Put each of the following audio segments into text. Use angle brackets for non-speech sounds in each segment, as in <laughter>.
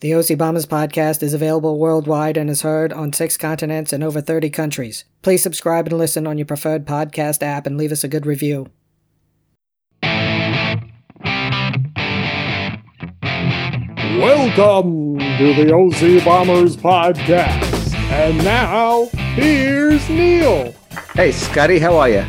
The OC Bombers podcast is available worldwide and is heard on six continents and over 30 countries. Please subscribe and listen on your preferred podcast app and leave us a good review. Welcome to the OC Bombers podcast. And now, here's Neil. Hey, Scotty, how are you?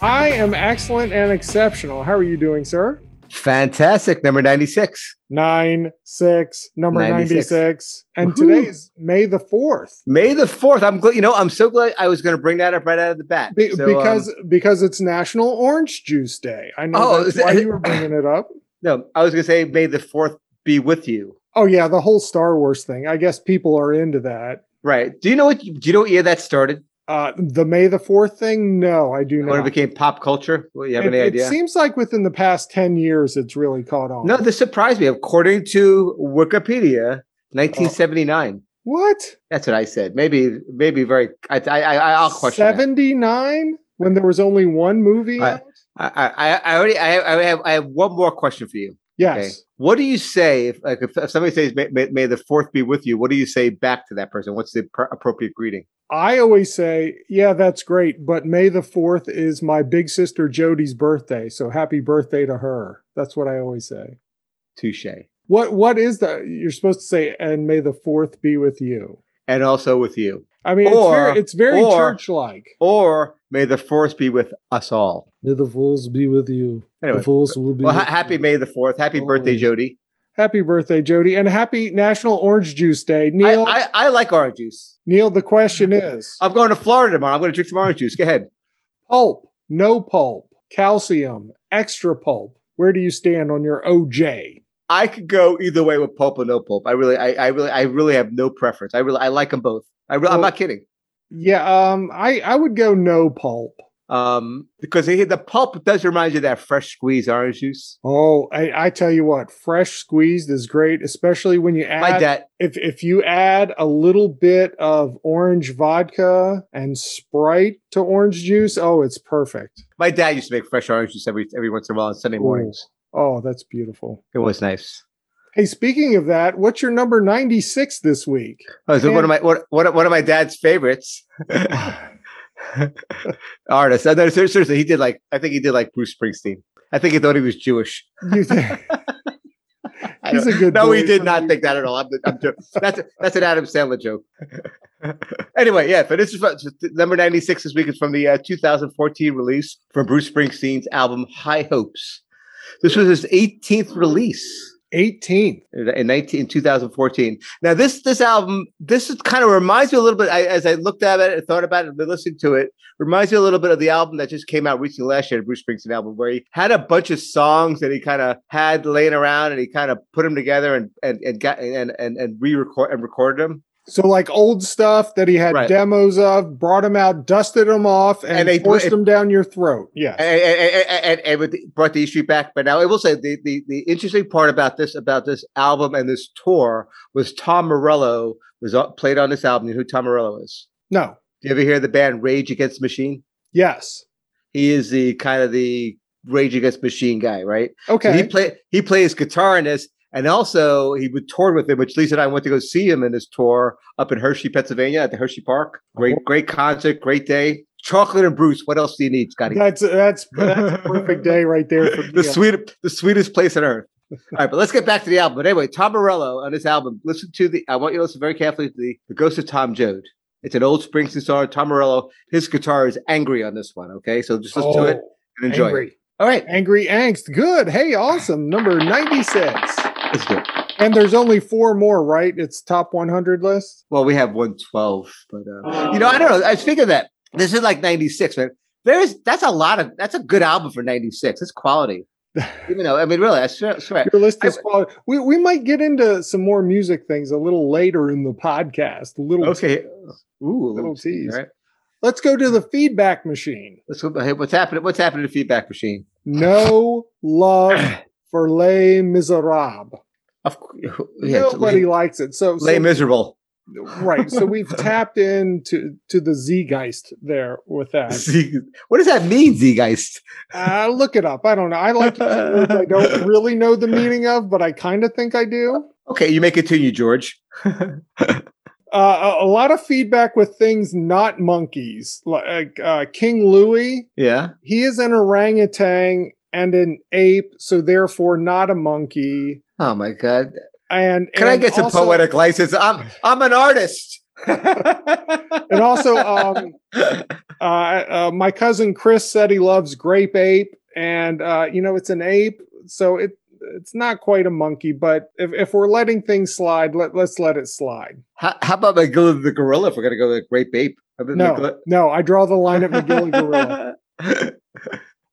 I am excellent and exceptional. How are you doing, sir? Fantastic. Number 96. Nine, six, number 96. 96. And Woohoo. today's May the 4th. May the 4th. I'm glad, you know, I'm so glad I was going to bring that up right out of the bat. Be- So, um, because because it's National Orange Juice Day. I know Oh, that's is why that- you were bringing it up. no, I was going to say, May the 4th be with you. Oh yeah, the whole Star Wars thing. I guess people are into that. Right. Do you know what, do you know what year that started? Uh, the May the Fourth thing? No, I do When it not. became pop culture? Well, you have it, any it idea? seems like within the past ten years, it's really caught on. no, this surprised me. According to Wikipedia, 1979. what? That's what I said. Maybe, maybe very, I, I, I I'll question that. Seventy nine when there was only one movie. Right. out? I, I, I already, I, I have, I have one more question for you. Okay. Yes. What do you say if, like, if if somebody says, may, may, "May the fourth be with you"? What do you say back to that person? What's the pr- appropriate greeting? I always say, yeah, that's great, but May the 4th is my big sister Jody's birthday, so happy birthday to her. That's what I always say. Touche. What what is the you're supposed to say and may the 4th be with you. And also with you, I mean, Or- it's very, it's very or- church-like. or may the fourth be with us all. May the fools be with Oh. you. Anyway, fools will be well, ha- happy May the fourth. Happy birthday, Always. Jody. Happy birthday, Jody, and happy National Orange Juice Day. I, Neil, I, I like orange juice. Neil, the <laughs> question is I'm going to Florida tomorrow. I'm going to drink some orange juice. Go ahead. pulp, no pulp, calcium, extra pulp. Where do you stand on your OJ? I could go either way with pulp or no pulp. I really, I, I really, I really have no preference. I really, I like them both. I really, I'm Well- not kidding. Yeah, um, I I would go no pulp. Um, because they- the pulp does remind you of that fresh squeeze orange juice. Oh, I, I tell you what, fresh squeezed is great, especially when you Like add that. if if you add a little bit of orange vodka and Sprite to orange juice. Oh, it's perfect. My dad used to make fresh orange juice every every once in a while on Sunday Ooh. mornings. Oh, that's beautiful. It was nice. Hey, speaking of that, what's your number ninety six this week? Oh, so And- one of my one, one of- one of my dad's <sighs> favorites artists. Uh, No, ser- seriously, he did like I think he did like Bruce Springsteen. I think he thought he was Jewish. <laughs> You think- I He's don't- a good no, he boy did for not you. think that at all. I'm, I'm joking. That's that's an Adam Sandler joke. <laughs> anyway, yeah, but this is from, number ninety six this week is from the uh, 2014 release from Bruce Springsteen's album High Hopes. This was his 18th release. 18th. in 19 in 2014 now this this album this is kind of reminds me a little bit I, as i looked at it and thought about it and been listening to it reminds me a little bit of the album that just came out recently last year the bruce springsteen album where he had a bunch of songs that he kind of had laying around and he kind of put them together and and, and got and and and re-record and recorded them So like old stuff that he had Right. demos of, brought them out, dusted them off, and, And they- forced it- them down your throat. Yeah. and, and, and- and, and with the- brought the issue back. But now I will say the, the the interesting part about this about this album and this tour was Tom Morello was uh, played on this album. You know who Tom Morello is? No. Do you ever hear the band Rage Against the Machine? Yes. He is the kind of the Rage Against the Machine guy, right? So Okay. He play he plays guitar in this, and also he would tour with him, which Lisa and I went to go see him in his tour up in Hershey, Pennsylvania, at the Hershey Park. Great, great concert, great day. Chocolate and Bruce. What else do you need, Scotty? that's <laughs> that's that's a perfect day right there. For the Neil. sweet, the sweetest place on earth. All right, but let's get back to the album. But anyway, Tom Morello on this album. Listen to the. I want you to listen very carefully to the, the Ghost of Tom Joad. It's an old Springsteen song. Tom Morello. His guitar is angry on this one. Okay, so just listen to it Oh, and enjoy. angry. It. All right, Angry angst. Good. Hey, awesome. Number ninety six. let's do it. And there's only four more, right? It's top one hundred list. Well, we have 112, but uh, you know, I don't know. I figure that this is like 96, man. There's that's a lot of that's a good album for 96. It's <laughs> quality. Even though I mean, really, I swear, swear Your list I- is quality. We we might get into some more music things a little later in the podcast. A little Okay. Ooh, a Little little tease. tease. All right. Let's go to the feedback <sighs> machine. Let's go. Hey, what's happening? What's happening to Feedback Machine? No <sighs> love for Les Miserables. Of course, Nobody likes it. So, so miserable. <laughs> right. So <laughs> we've tapped into to the Zeitgeist there with <laughs> that. Z- what does that mean, Zeitgeist? Uh, look it up. I don't know. I like to use words I <laughs> don't really know the meaning of, but I kind of think I do. Okay, you may continue, George. Uh, a, a lot of feedback with things not monkeys, like uh, King Louis. Yeah. He is an orangutan and an ape, so therefore not a monkey. Oh my God. And Can I and get some also- poetic license? I'm I'm an artist. <laughs> And also, um, uh, uh, my cousin Chris said he loves grape ape, and uh, you know it's an ape, so it it's not quite a monkey. But if, if we're letting things slide, let let's let it slide. how, how about McGill the gorilla? If we're gonna go with Great Ape, No, no, I draw the line at McGill Gorilla. <laughs>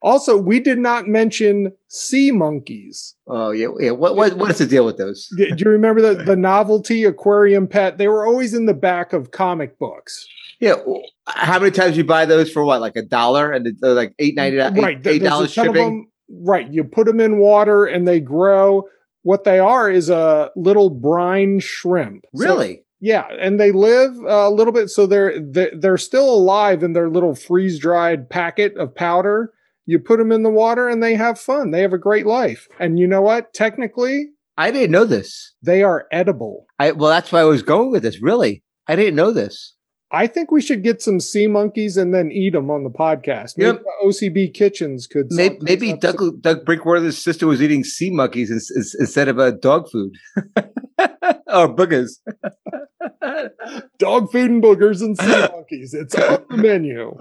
Also, we did not mention sea monkeys. Oh yeah, yeah. What what what is the deal with those? Do do you remember the, <laughs> the novelty aquarium pet? They were always in the back of comic books. Yeah, w- how many times you buy those for what, like a dollar and it's, uh, like eight ninety nine, right eight th- eight there's a dollars ton of shipping? 'em- right you put them in water and they grow what they are is a little brine shrimp So- Really? yeah and they live uh, a little bit so they're they- they're still alive in their little freeze dried packet of powder you put them in the water and they have fun they have a great life and you know what technically I didn't know this. they are edible I well, that's why I was going with this. Really, I didn't know this. I think we should get some sea monkeys and then eat them on the podcast. Maybe Yep. the OCB kitchens could. Maybe, something- maybe Doug, Doug Brinkworth's sister was eating sea monkeys ins- ins- instead of uh, dog food <laughs> or <laughs> boogers. dog food and boogers and <laughs> sea monkeys. It's on the menu.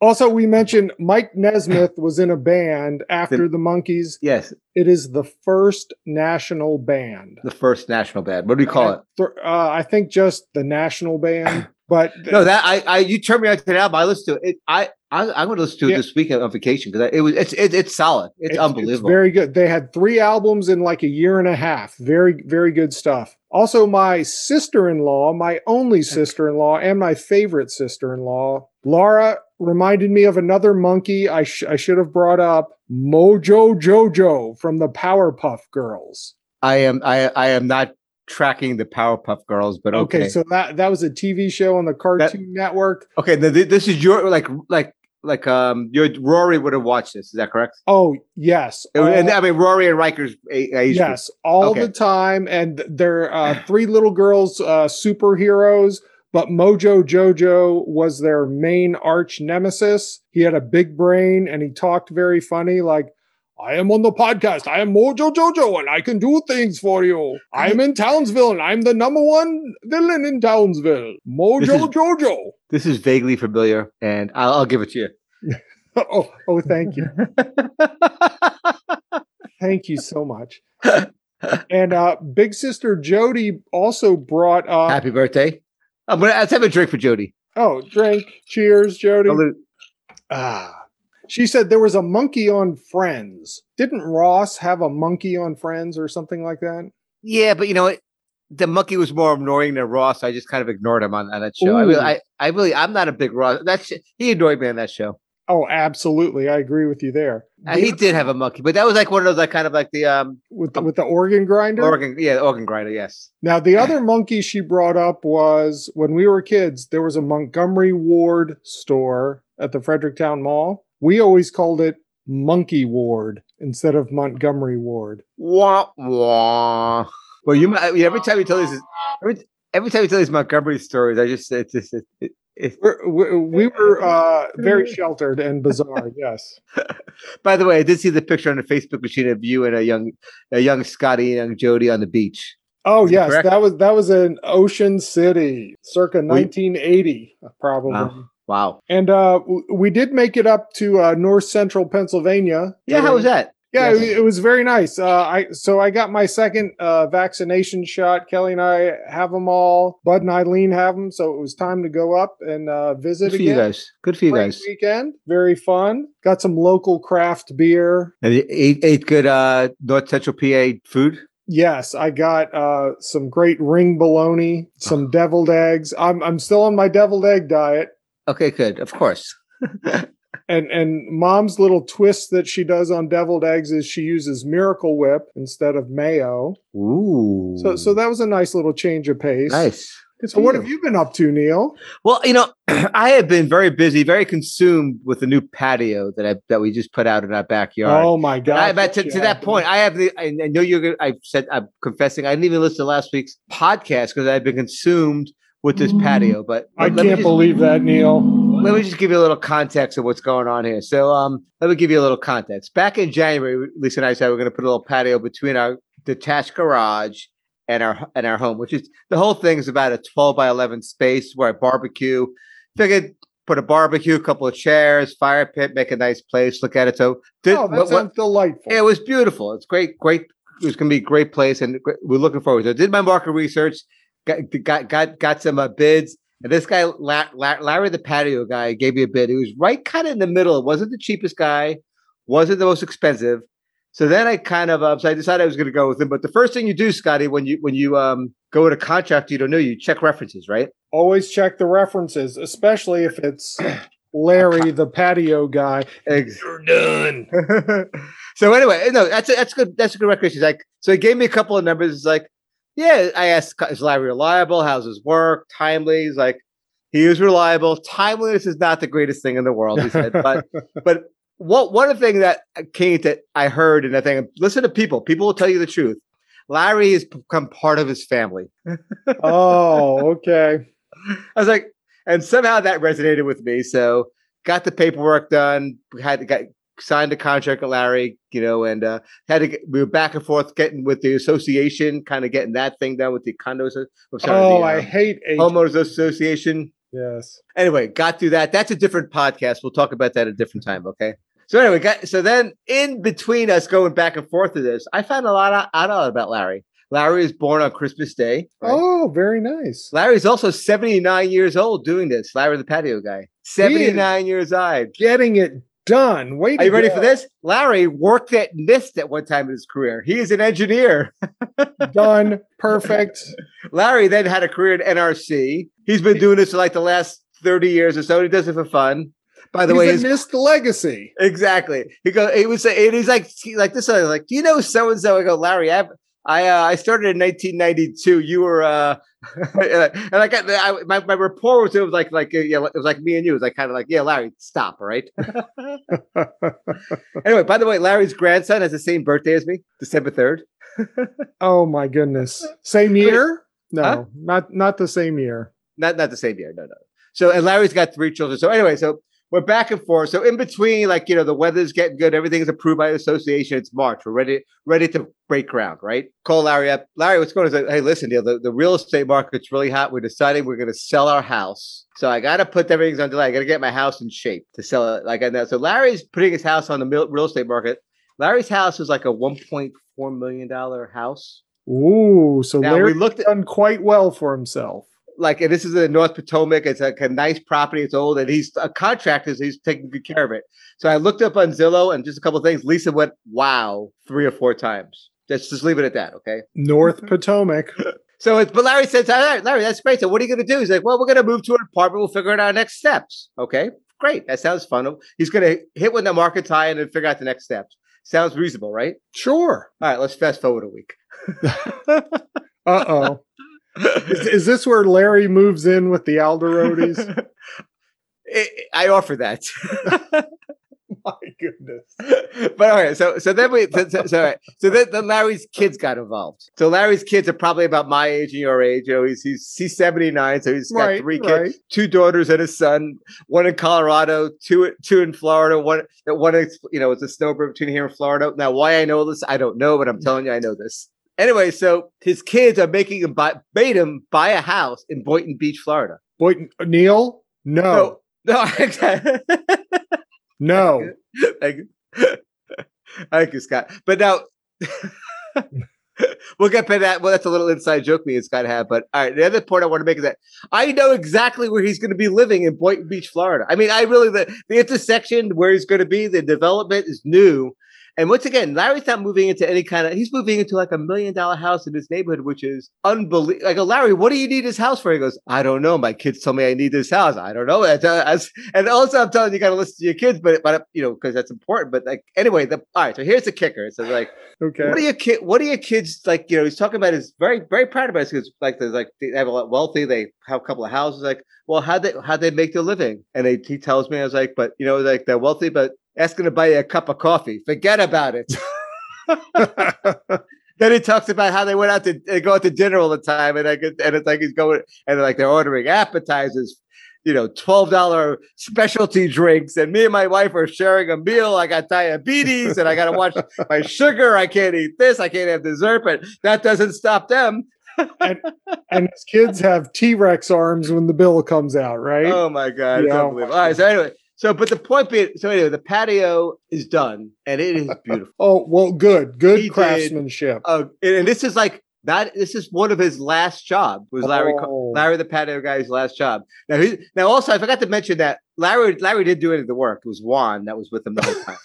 Also, we mentioned Mike Nesmith was in a band after the Monkeys. yes, It is the first national band. the first national band. What do we call it? Th- uh, I think just the national band, <clears throat> but No, that I, I you turned me on to that album. I listened to it. I, I I'm going to listen to it Yeah. this weekend on vacation because it was it's it, it's solid. It's, unbelievable. very good. They had three albums in like a year and a half. Very, very good stuff. Also, my sister in law, my only sister in law, and my favorite sister in law, Laura, reminded me of another monkey I, sh- I should have brought up Mojo Jojo from the Powerpuff Girls. I am I I am not tracking the Powerpuff Girls, but okay. Okay, Okay, so that, that was a TV show on the Cartoon Network. now thi- this is your like like like um your Rory would have watched this. Is that correct? Oh, yes. It- and, All- I mean Rory and Riker's a- age. group. yes all Okay. the time and th- they're <sighs> uh, three little girls uh, superheroes but mojo jojo was their main arch nemesis he had a big brain and he talked very funny like I am on the podcast. I am Mojo Jojo and I can do things for <laughs> you. I'm in Townsville and I'm the number one villain in Townsville. This Mojo is- Jojo. <laughs> This is vaguely familiar, and I'll, I'll give it to you. oh, oh, thank <laughs> you. Thank you so <laughs> much. and uh, Big Sister Jody also brought up Happy birthday! I'm gonna let's have a drink for Jody. Oh, drink. Cheers, Jody. Salute. Ah. She said there was a monkey on Friends. Didn't Ross have a monkey on Friends or something like that? Yeah, but you know what? The monkey was more annoying than Ross. I just kind of ignored him on, on that show. I really, Ooh. I, I really, I'm not a big Ross. That's he annoyed me on that show. Oh, absolutely. I agree with you there. Uh, he did have a monkey, but that was like one of those, like kind of like the um with the, with the organ grinder. organ, yeah, organ grinder. Yes. Now, the other monkey she brought up was when we were kids, there was a Montgomery Ward store at the Fredericktown Mall. We always called it Monkey Ward instead of Montgomery Ward. Wah wah. Well, you might. Every time you tell these, every, every time you tell these Montgomery stories, I just it's just it, it, it- We're, we, we were uh, <laughs> very sheltered and bizarre. Yes. By the way, I did see the picture on the Facebook machine of you and a young, a young Scotty and young Jody on the beach. Oh Is that yes, correct? that was that was in Ocean City, circa Were you- 1980, probably. Wow. Wow. And uh, w- we did make it up to uh, North Central Pennsylvania. Yeah. How was that? Yeah, Yes. it, it was very nice. Uh, I so I got my second uh, vaccination shot. Kelly and I have them all. Bud and Eileen have them, so it was time to go up and uh, visit Good for again. you guys. Good for you Great guys. weekend, very fun. Got some local craft beer. And you ate, ate good uh, North Central PA food. Yes, I got uh, some great ring bologna, <sighs> some deviled eggs. I'm I'm still on my deviled egg diet. Okay, good. Of course. and and mom's little twist that she does on deviled eggs is she uses miracle whip instead of mayo Ooh. so so that was a nice little change of pace nice. Good so for what you. have you been up to neil Well, you know, <clears throat> I have been very busy, very consumed with the new patio that I that we just put out in our backyard. oh my god I, but to, to that point, I have the. I, I know you're. gonna- I said I'm confessing. I didn't even listen to last week's podcast because I've been consumed with this patio. But i let me can't just- believe that neil Let me just give you a little context of what's going on here. So, um, let me give you a little context. Back in January, Lisa and I said we're going to put a little patio between our detached garage and our and our home, which is the whole thing is about a 12 by 11 space where I barbecue. Figured put a barbecue, a couple of chairs, fire pit, make a nice place. Look at it. So, did- oh that what- what- sounds delightful it was beautiful. It's great, great. It was going to be a great place, and gr- we're looking forward to it. Did my market research, got got got, got some uh, bids, and this guy La- La- Larry, the patio guy, gave me a bid. He was right kind of in the middle. It wasn't the cheapest guy, wasn't the most expensive. So then I kind of uh, so I decided I was going to go with him. But the first thing you do, Scotty, when you when you um go to contract you don't know, you check references, right? always check the references especially if <coughs> it's larry the patio guy Ex- you're done <laughs> so anyway, no, that's a, that's good. That's a good record. She's like, so he gave me a couple of numbers. He's like, yeah, I asked, is Larry reliable? How's his work? Timely? He's like, he is reliable. Timeliness is not the greatest thing in the world. He <laughs> said, but but what one thing that came that I heard and I think listen to people. People will tell you the truth. Larry has become part of his family. oh okay I was like, and somehow that resonated with me. So got the paperwork done, had to get signed a contract with Larry, you know, and uh, had to get, we were back and forth getting with the association, kind of getting that thing done with the condos. I'm sorry, oh the, i uh, hate H- homeowners association. yes Anyway, got through that. That's a different podcast. We'll talk about that a different time. Okay. So anyway, got, so then in between us going back and forth to this, I found a lot out- out about Larry. Larry was born on Christmas Day. right? oh very nice Larry's also 79 years old doing this. Larry the patio guy. 79 years old. getting it done. Wait, Are you ready for this? Larry worked at NIST at one time in his career. He is an engineer. <laughs> <laughs> Done, perfect. Larry then had a career at NRC. He's been doing this for like the last 30 years or so. He does it for fun. <laughs> By the He's way, a his missed legacy. <laughs> Exactly. He go. He would say, and he's like, he- like this. I was like, do you know so and so? I go, Larry. I I, uh, I started in 1992. You were, uh, <laughs> and I got I, my my rapport with him was like like uh, yeah, it was like me and you. It was like kind of like yeah, Larry, stop, all right? <laughs> anyway, by the way, Larry's grandson has the same birthday as me, December third. Oh my goodness. Same year? No, Huh? not not the same year. not not the same year. No, no. So and Larry's got three children. So anyway, so we're back and forth. So in between, like you know, the weather's getting good. Everything's approved by the association. It's March. We're ready ready to break ground. Right? Call Larry up. Larry, what's going on? He's like, hey, listen, Neil, the, the real estate market's really hot. We're deciding we're going to sell our house. So I got to put everything's on delay. I got to get my house in shape to sell it. Like I know. So Larry's putting his house on the mil- real estate market. Larry's house is like a one point four million dollar house. Ooh, so Now we Larry's looked at done quite well for himself. like and this is in North Potomac. It's like a nice property. It's old, and he's a contractor, so he's taking good care of it. So I looked up on Zillow and just a couple of things. Lisa went wow three or four times. Let's just leave it at that, okay? <laughs> North Potomac. So it's but Larry says, all right, Larry, that's great. So what are you gonna do? He's like, well, we're gonna move to an apartment. We'll figure out our next steps. Okay, great. That sounds fun. He's gonna hit when the market's high and then figure out the next steps. Sounds reasonable, right? Sure. All right, let's fast forward a week. <laughs> Uh oh. Is, is this where Larry moves in with the <laughs> <laughs> Alderodes? It- it- I offer that. my goodness. <laughs> but all right, so so then we so, so, so, all right, so then, then Larry's kids got involved. So Larry's kids are probably about my age and your age. You know, he's he's he's seventy nine, so he's got Right, three kids, right. two daughters and a son, one in Colorado, two two in Florida, one that one is you know it's a snowbird between here and Florida. Now, why I know this, I don't know, but I'm telling you, I know this. Anyway, so his kids are making him buy, made him buy a house in Boynton Beach, Florida. Boy, Neil? No, <laughs> No, exactly. no. <laughs> Thank you. Thank you, Scott. But now <laughs> we'll get to that. Well, that's a little inside joke me and Scott have. But all right, the other point I want to make is that I know exactly where he's going to be living in Boynton Beach, Florida. I mean, I really the, the intersection where he's going to be, the development is new. And once again, Larry's not moving into any kind of, he's moving into like a million dollar house in his neighborhood, which is unbelievable. Like, Larry, what do you need this house for? He goes, I don't know. My kids tell me I need this house. I don't know. <laughs> I tell- I s- And also, I'm telling you, you got to listen to your kids, but, but you know, because that's important. But like, anyway, the, all right. So here's the kicker. So like, Okay. what are your kid? What are your kids like? You know, he's talking about his very, very proud about his kids. Like, they're like they have a lot wealthy. They have a couple of houses. Like, well, how they how they make their living? And they, he tells me, I was like, but you know, like they're wealthy, but asking to buy you a cup of coffee, forget about it. then he talks about how they went out to they go out to dinner all the time, and I could, and it's like he's going and like they're ordering appetizers. You know, twelve dollar specialty drinks, and me and my wife are sharing a meal. I got diabetes, and I got to watch my sugar. I can't eat this. I can't have dessert, but that doesn't stop them. and his kids have T Rex arms when the bill comes out, right? Oh my god, it's Yeah. unbelievable. All right, so anyway, so but the point being, so anyway, the patio is done, and <laughs> it is beautiful. oh, well, good. Good He did. craftsmanship. Uh, and, and this is like that. This is one of his last job. Was Larry Co- Oh. Larry the patio guy's last job? Now, he, now also I forgot to mention that Larry Larry did do any of the work. It was Juan that was with him the whole time.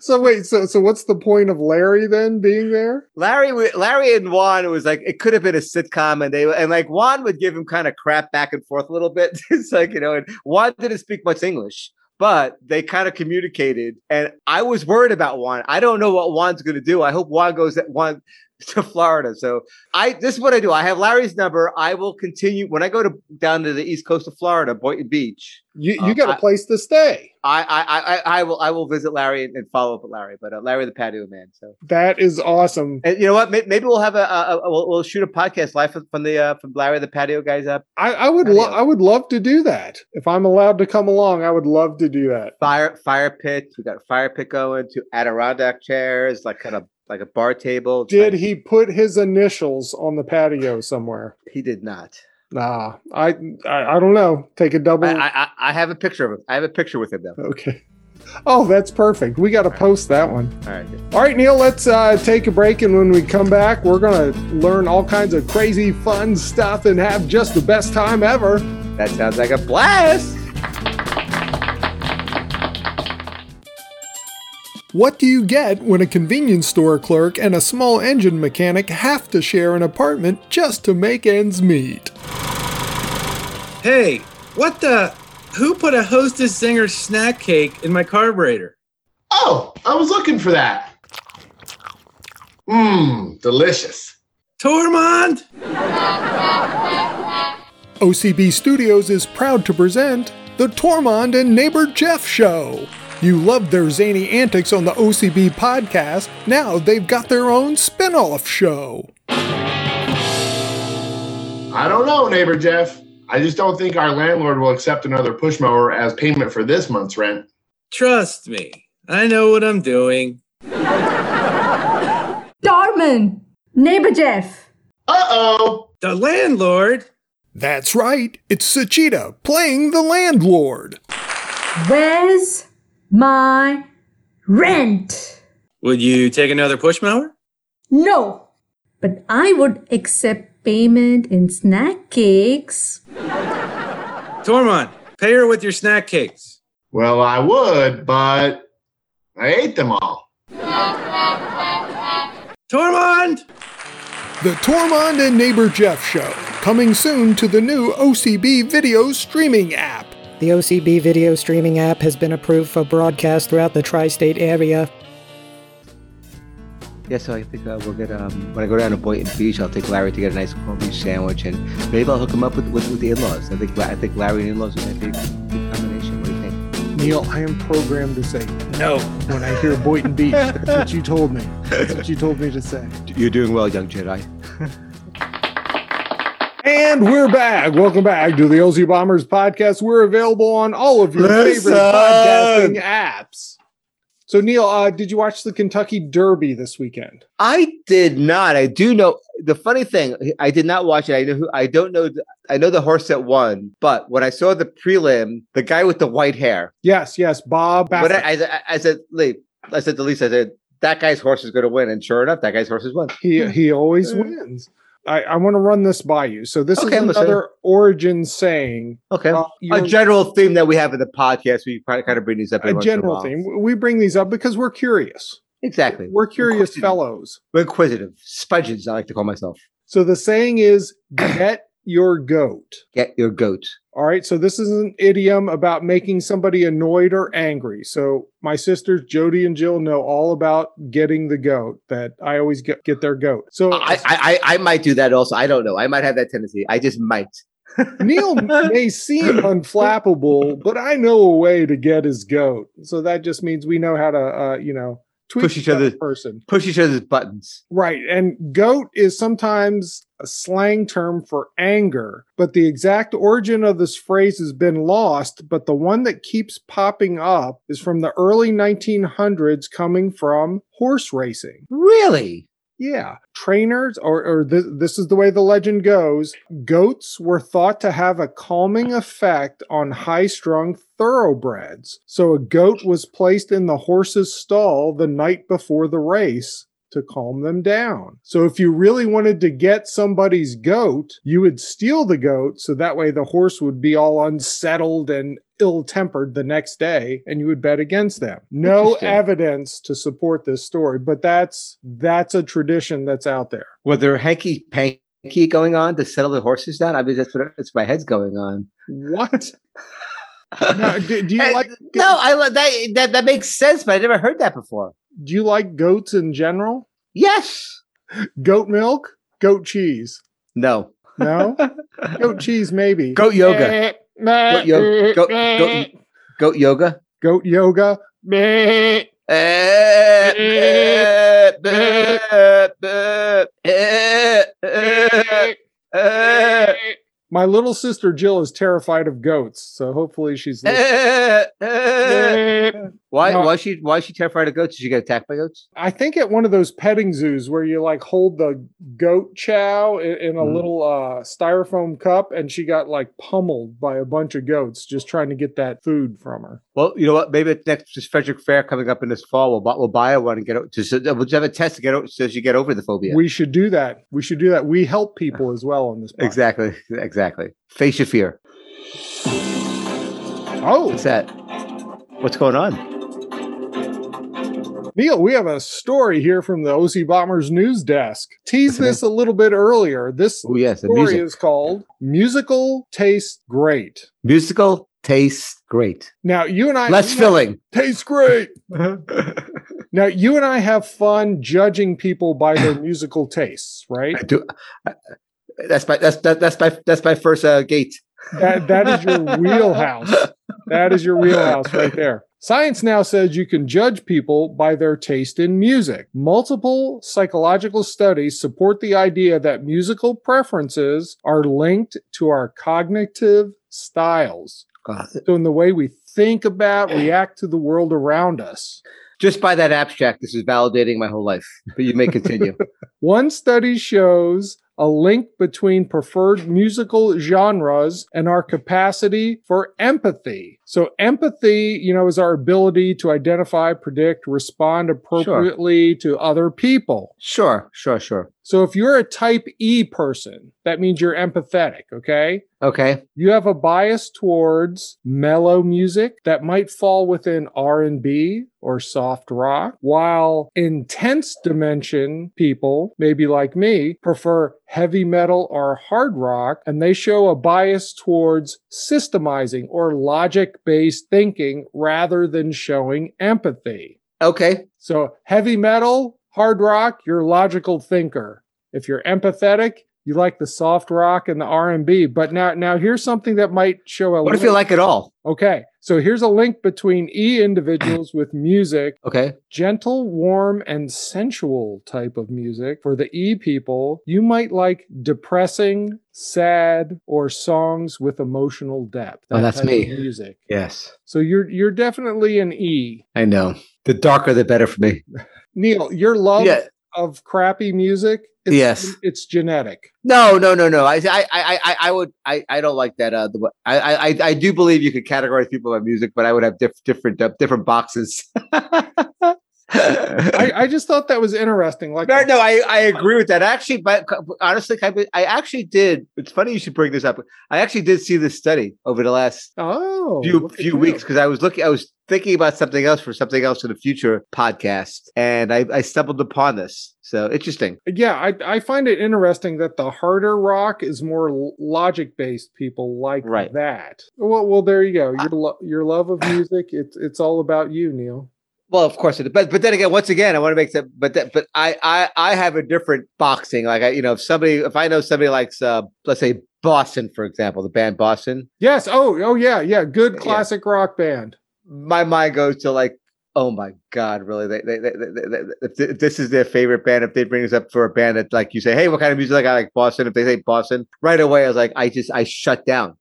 So wait, so so what's the point of Larry then being there? Larry, wa- Larry and Juan was like it could have been a sitcom, and they and like Juan would give him kind of crap back and forth a little bit. <laughs> it's like you know, and Juan didn't speak much English, but they kind of communicated. And I was worried about Juan. I don't know what Juan's going to do. I hope Juan goes at Juan <laughs> to Florida. So I this is what I do. I have Larry's number. I will continue when I go to down to the east coast of Florida, Boynton Beach. You you Um, got a I- place to stay. I I I, I- I will I will visit Larry and, and follow up with Larry, but uh, Larry the patio man. So. That is awesome. And you know what? May- Maybe we'll have a, a, a we'll, we'll shoot a podcast live from- from the uh, from Larry the Patio guys up. I, I would lo- Patio. I would love to do that. If I'm allowed to come along, I would love to do that. Fire fire pit. We got a fire pit going to Adirondack chairs, like kind of like a bar table. It's Did like- he put his initials on the patio somewhere? He did not. Nah, I I, I don't know. Take a double. I, I I- I have a picture of him. I have a picture with him though. okay. Oh, that's perfect. We got to post that one. All right. good. All right, Neil, let's uh, take a break. And when we come back, we're going to learn all kinds of crazy, fun stuff and have just the best time ever. That sounds like a blast. What do you get when a convenience store clerk and a small engine mechanic have to share an apartment just to make ends meet? Hey, what the? Who put a hostess zinger snack cake in my carburetor? Oh, I was looking for that. Mmm, delicious. Tormund! OCB Studios is proud to present The Tormund and Neighbor Jeff Show. You loved their zany antics on the OCB podcast. Now they've got their own spin off show. I don't know, neighbor Jeff. I just don't think our landlord will accept another push mower as payment for this month's rent. Trust me, I know what I'm doing. Dorman, neighbor Jeff. Uh oh. The landlord? That's right, it's Sachita playing the landlord. Where's my rent? Would you take another push mower? No, but I would accept payment in snack cakes. Tormund, pay her with your snack cakes. Well, I would, but I ate them all. Tormund! The Tormund and Neighbor Jeff Show, coming soon to the new OCB video streaming app. The OCB video streaming app has been approved for broadcast throughout the tri state area. Yeah, so I think uh, we'll get um when I go down to Boynton Beach, I'll take Larry to get a nice corned beef sandwich, and maybe I'll hook him up with with, with the in-laws. I think I think Larry and in-laws would be a good good combination. What do you think? Neil, I am programmed to say no when I hear Boynton Beach. That's <laughs> what you told me. That's what you told me to say. You're doing well, young Jedi. And we're back. Welcome back to the OC Bombers podcast. We're available on all of your Listen. favorite podcasting apps. So, Neil, uh, did you watch the Kentucky Derby this weekend? I did not. I do know the funny thing. I did not watch it. I know who. I don't know. th- I know the horse that won, but when I saw the prelim, the guy with the white hair. Yes, yes, Bob. When Baffert. I, I, I said, Lee, I said to Lisa, I said that guy's horse is going to win, and sure enough, that guy's horse has won. He he always Uh. wins. I, I want to run this by you. So this Okay, is I'm listening. another origin saying. Okay. Uh, a you're- general theme that we have in the podcast, we kind of, kind of bring these up. a every once in general while. theme. We bring these up because we're curious. Exactly. We're curious Inquisitive. fellows. We're inquisitive. Sponges, I like to call myself. So the saying is get your goat. Get your goat. All right. So this is an idiom about making somebody annoyed or angry. So my sisters Jody and Jill know all about getting the goat. That I always get get their goat. So I, I, I I might do that also. I don't know. I might have that tendency. I just might. Neil may seem unflappable, but I know a way to get his goat. So that just means we know how to, uh, you know, tweak Push each other's- person, Push each other's buttons. right? And goat is sometimes a slang term for anger, but the exact origin of this phrase has been lost. But the one that keeps popping up is from the early 1900s, coming from horse racing. Really? Yeah. Trainers, or, or this, this is the way the legend goes goats were thought to have a calming effect on high strung thoroughbreds. So a goat was placed in the horse's stall the night before the race to calm them down. So if you really wanted to get somebody's goat, you would steal the goat. So that way the horse would be all unsettled and ill tempered the next day and you would bet against them. No Interesting. evidence to support this story, but that's that's a tradition that's out there. Was there hanky panky going on to settle the horses down? I mean, that's what that's what my head's going on. What? <laughs> No, do, do you And- like No, I li- that, that that makes sense, but I never heard that before. do you like goats in general? Yes. Goat milk, goat cheese. No. <laughs> No? goat cheese maybe. Goat yoga. Goat, Goat yo- goat- goat- Goat yoga. yoga. My little sister Jill is terrified of goats, so hopefully she's Eh, listening. Why? No. Why is she? Why is she terrified of goats? Did she get attacked by goats? I think at one of those petting zoos where you like hold the goat chow in, in a Mm. little uh, styrofoam cup, and she got like pummeled by a bunch of goats just trying to get that food from her. Well, you know what? Maybe at next this Frederick Fair coming up in this fall, we'll, bu- we'll buy one and get o- to. so- We'll just have a test to get o- so you get over the phobia. We should do that. We should do that. We help people as well on this. Podcast. <laughs> exactly. <laughs> Exactly. Face your fear. Oh, What's that? What's going on? Neil, we have a story here from the OC Bombers news desk. <laughs> Tease this What's a little bit earlier. This Oh yes, the story music. is called "Musical Tastes Great." Musical tastes great. Now, you and I Less we- filling. tastes great. <laughs> Now, you and I have fun judging people by their musical tastes, right? I do. I- That's my that's that, that's my that's my first uh, gate. That that is <laughs> your wheelhouse. That is your wheelhouse right there. Science now says you can judge people by their taste in music. Multiple psychological studies support the idea that musical preferences are linked to our cognitive styles. God. So in the way we think about, react to the world around us. Just by that abstract, this is validating my whole life. But you may <laughs> continue. One study shows a link between preferred musical genres and our capacity for empathy. So empathy, you know, is our ability to identify, predict, respond appropriately to other people. sure, sure, sure. So if you're a type E person, that means you're empathetic, okay? Okay. You have a bias towards mellow music that might fall within R&B or soft rock, while intense dimension people, maybe like me, prefer heavy metal or hard rock and they show a bias towards systemizing or logic-based thinking rather than showing empathy. Okay. So, heavy metal, hard rock, you're a logical thinker. If you're empathetic, you like the soft rock and the R&B. But now now here's something that might show a What if link. you like it all? Okay. So here's a link between E individuals with music, Okay. gentle, warm and sensual type of music. For the E people, you might like depressing, sad or songs with emotional depth. Oh, that's type of me. Music. Yes. So you're you're definitely an E. I know. The darker, the better for me. Neil, your love yeah. of crappy music. It's, Yes. it's genetic. No, no, no, no. I, I, I, I- I would. I, I don't like that. Uh, the, wa- I, I, I- I do believe you could categorize people by music, but I would have diff, different, uh, different boxes. <laughs> I, I just thought that was interesting. Like, Right, <laughs> no, I, I agree with that. Actually, but honestly, I, I actually did. It's funny you should bring this up. I actually did see this study over the last oh, few look at few you. weeks because I was looking, I was thinking about something else for something else in the future podcast, and I, I stumbled upon this. So interesting. Yeah, I, I find it interesting that the harder rock is more logic based. People like Right. that. Well, well, there you go. Your lo- your love of music. It's it's all about you, Neil. Well, of course, it, but but then again, once again, I want to make that. But that, but I I I have a different boxing. Like I, you know, if somebody, if I know somebody likes, uh, let's say Boston, for example, the band Boston, Yes. Oh, oh yeah, yeah. Good Yeah. classic rock band. my mind goes to like, oh my god, really? They, they, they, they, they- if th- if this is their favorite band, if they bring us up for a band that like you say, hey, what kind of music? Like I like Boston. If they say Boston, right away, I was like, I just I shut down.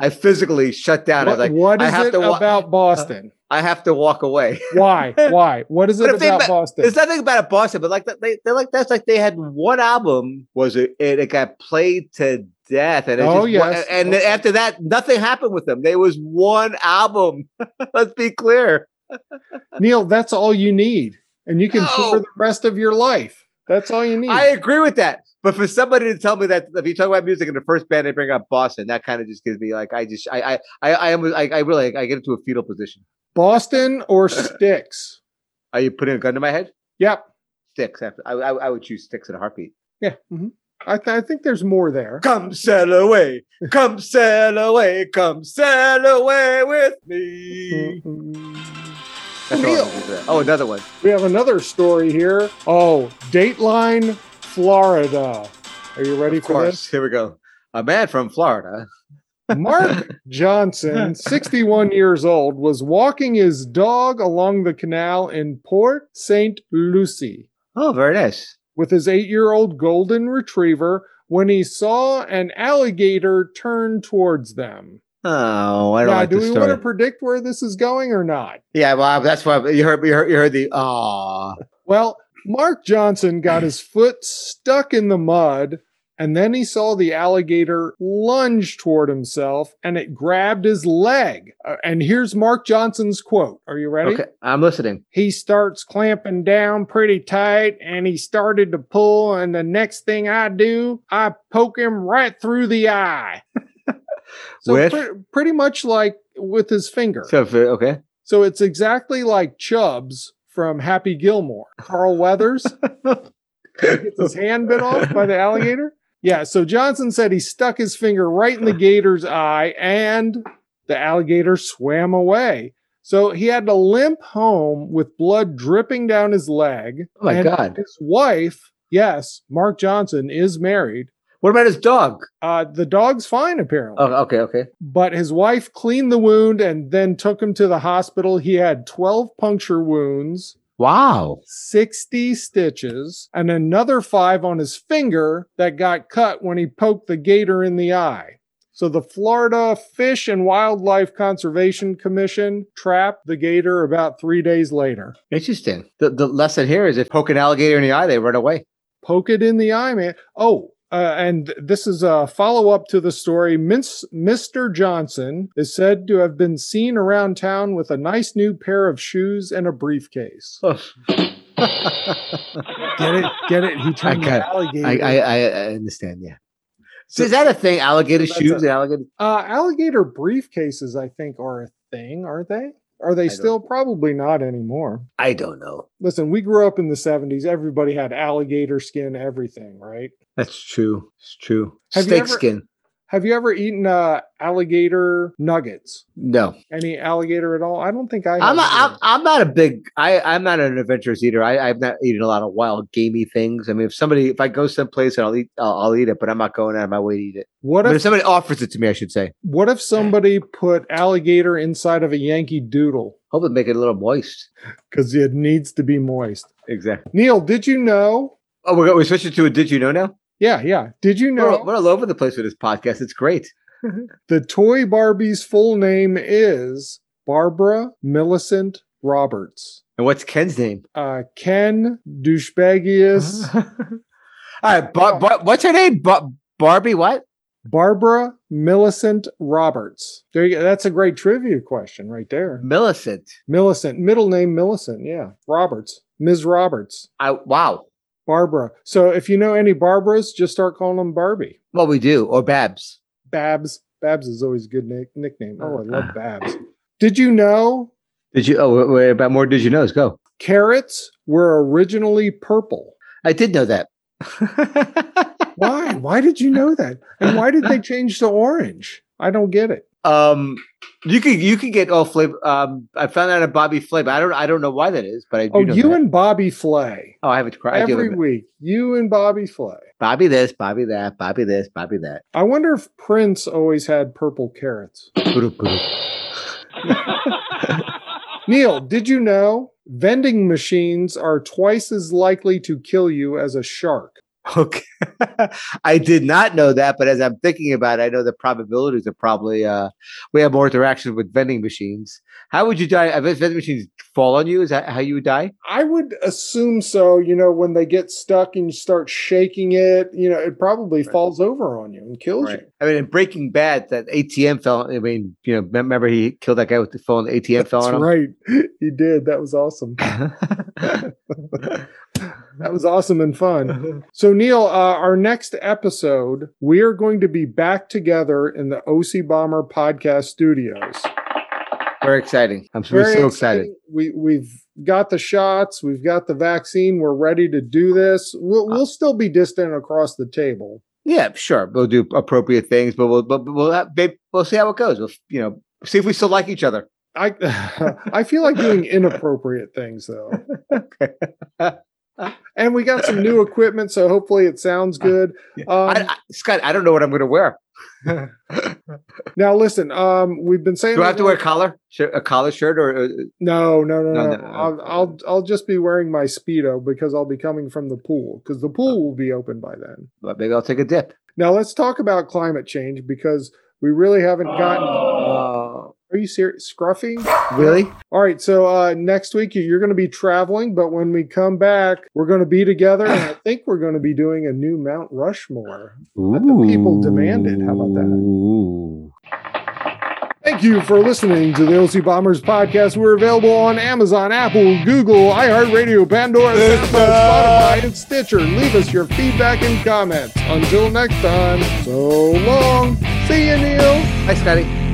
I physically shut down. I What- was like, what I is have it to wa- <laughs> about Boston? I have to walk away. Why? Why? What is But it if they about met- Boston? There's nothing about it, Boston, but like that- they, they like that's like they had one album was it, and it got played to death, and it Oh, just, yes. and then after that, nothing happened with them. There was one album. <laughs> Let's be clear. Neil, that's all you need, and you can No. for the rest of your life. That's all you need. I agree with that, but for somebody to tell me that if you talk about music in the first band they bring up Boston, that kind of just gives me like I just I I I I, am, I, I really I get into a fetal position. Boston or Sticks? Are you putting a gun to my head? Yep. Sticks. After, I, I I would choose sticks in a heartbeat. Yeah. mhm. I, th- I think there's more there. Come sail away, come sail away, come sail away with me. That's all I can do for that. Oh, another one. We have another story here. Oh, Dateline, Florida. Are you ready of for course. <laughs> this? Here we go. A man from Florida. Mark <laughs> Johnson, 61 years old, was walking his dog along the canal in Port St. Lucie. Oh, very nice. with his eight year old golden retriever when he saw an alligator turn towards them. Oh, I don't Now, like do this we story. want to predict where this is going or not? Yeah, well, that's why you heard. You heard. You heard the. Ah. Well, Mark Johnson got his foot stuck in the mud, and then he saw the alligator lunge toward himself and it grabbed his leg. Uh, and here's Mark Johnson's quote Are you ready? Okay, I'm listening. he starts clamping down pretty tight and he started to pull and the next thing i do i poke him right through the eye so With- pre- pretty much like with his finger so, So, if- okay. it's exactly like chubbs from happy gilmore carl <laughs> weathers gets his hand bit off by the alligator yeah so johnson said he stuck his finger right in the gator's eye and the alligator swam away so he had to limp home with blood dripping down his leg Oh my and God. his wife, yes, Mark Johnson is married. What about his dog? Uh, the dog's fine apparently, Oh, okay, okay. but his wife cleaned the wound and then took him to the hospital. He had 12 puncture wounds, Wow. 60 stitches, and another five on his finger that got cut when he poked the gator in the eye. So the Florida Fish and Wildlife Conservation Commission trapped the gator about three days later. Interesting. The, the lesson here is if poke an alligator in the eye, they run <laughs> away. poke it in the eye, man. Oh, uh, and th- this is a follow up to the story. Mince- Mr. Johnson is said to have been seen around town with a nice new pair of shoes and a briefcase. Oh. Get it? Get it? He turned turned the the got- alligator. I, I, I I understand. Yeah. So is that a thing? Alligator That's shoes a- and alligator. uh, alligator briefcases, I think, are a thing, aren't they? Are they don't- still? Probably not anymore. I don't know. Listen, we grew up in the 70s. Everybody had alligator skin, everything, right? That's true. It's true. Have you Snake ever- skin. Have you ever eaten uh, alligator nuggets? No, any alligator at all? I don't think I. I'm have not, either. I'm, I'm not a big, I, I'm not an adventurous eater. I, I've not eaten a lot of wild gamey things. I mean, if somebody, if I go someplace and I'll eat, I'll, I'll eat it, but I'm not going out of my way to eat it. what But if if somebody offers it to me, I should say, what if somebody put alligator inside of a Yankee Doodle hope it make it a little moist. because it needs to be moist? Exactly. Neil, did you know? Oh, we're, go- we're switching to a did you know now? Yeah, yeah. Did you We're, know we're all over the place with this podcast. It's great. the toy Barbie's full name is Barbara Millicent Roberts? And what's Ken's name? Uh, Ken douchebaggius <laughs> <laughs> all right. Bar- Bar- what's her name? Bar- Barbie, what? Barbara Millicent Roberts. There you go. That's a great trivia question right there. Mm. Millicent. Millicent, middle name Millicent. Yeah. Roberts. Ms. Roberts. I wow. Barbara. So if you know any Barbaras, just start calling them Barbie. Well, we do or Babs. Babs. Babs is always a good na- nickname. Uh, Oh, I love Babs. Did you know Did you? Oh, wait, wait, about more. Did you know? Go. carrots were originally purple? I did <laughs> know that. <laughs> Why? why did you know that? And why did they change to orange? I don't get it. um, you could you could get all flavor. Um, I found out a Bobby Flay. I don't I don't know why that is, but I do Oh, know you that. and Bobby Flay. oh I haven't cried. I do Every remember. week, you and Bobby Flay. Bobby this, Bobby that, Bobby this, Bobby that. I wonder if Prince always had purple carrots. Boodoo, boodoo. <laughs> Neil, did you know vending machines are twice as likely to kill you as a shark? Okay. <laughs> I did not know that, but as I'm thinking about it, I know the probabilities are probably uh we have more interaction with vending machines. How would you die? If vending machines fall on you, is that how you would die? I would assume so. You know, when they get stuck and you start shaking it, you know, it probably falls over on you and kills you. I mean, in Breaking Bad, that ATM fell. I mean, you know, remember he killed that guy with the phone. The ATM fell That's on right. <laughs> He did. That was awesome. him. That was awesome and fun. So, Neil, uh, our next episode, we are going to be back together in the OC Bomber podcast studios. <laughs> Very exciting. I'm so, Very so excited. exciting. We we've got the shots, we've got the vaccine, we're ready to do this. Uh, We'll we'll still be distant across the table. Yeah, sure. We'll do appropriate things, but we'll but but we'll have, babe, we'll see how it goes. We'll you know see if we still like each other. I I <laughs> feel like doing inappropriate things <laughs> though. And we got some new equipment, so hopefully it sounds good. Uh, Yeah. Um, I, I, Scott, I don't know what I'm going to wear. now, listen, um, we've been saying Do I that have to now- wear a collar, Sh- a collar shirt, or uh, No, no, no, No, no. no, I'll, okay. I'll I'll just be wearing my speedo because I'll be coming from the pool because the Oh. pool will be open by then. well, uh, maybe I'll take a dip? Now let's talk about climate change because we really haven't gotten. Oh, Are you serious, Scruffy? really? All right, so uh, next week you- you're going to be traveling, but when we come back, we're going to be together, and I think we're going to be doing a new Mount Rushmore. the people demand it. How about that? Ooh. Thank you for listening to the OC Bombers podcast. We're available on Amazon, Apple, Google, iHeartRadio, Pandora, SoundCloud, Spotify, and Stitcher. Leave us your feedback and comments. Until next time, so long. See you, Neil. Hi, Scotty.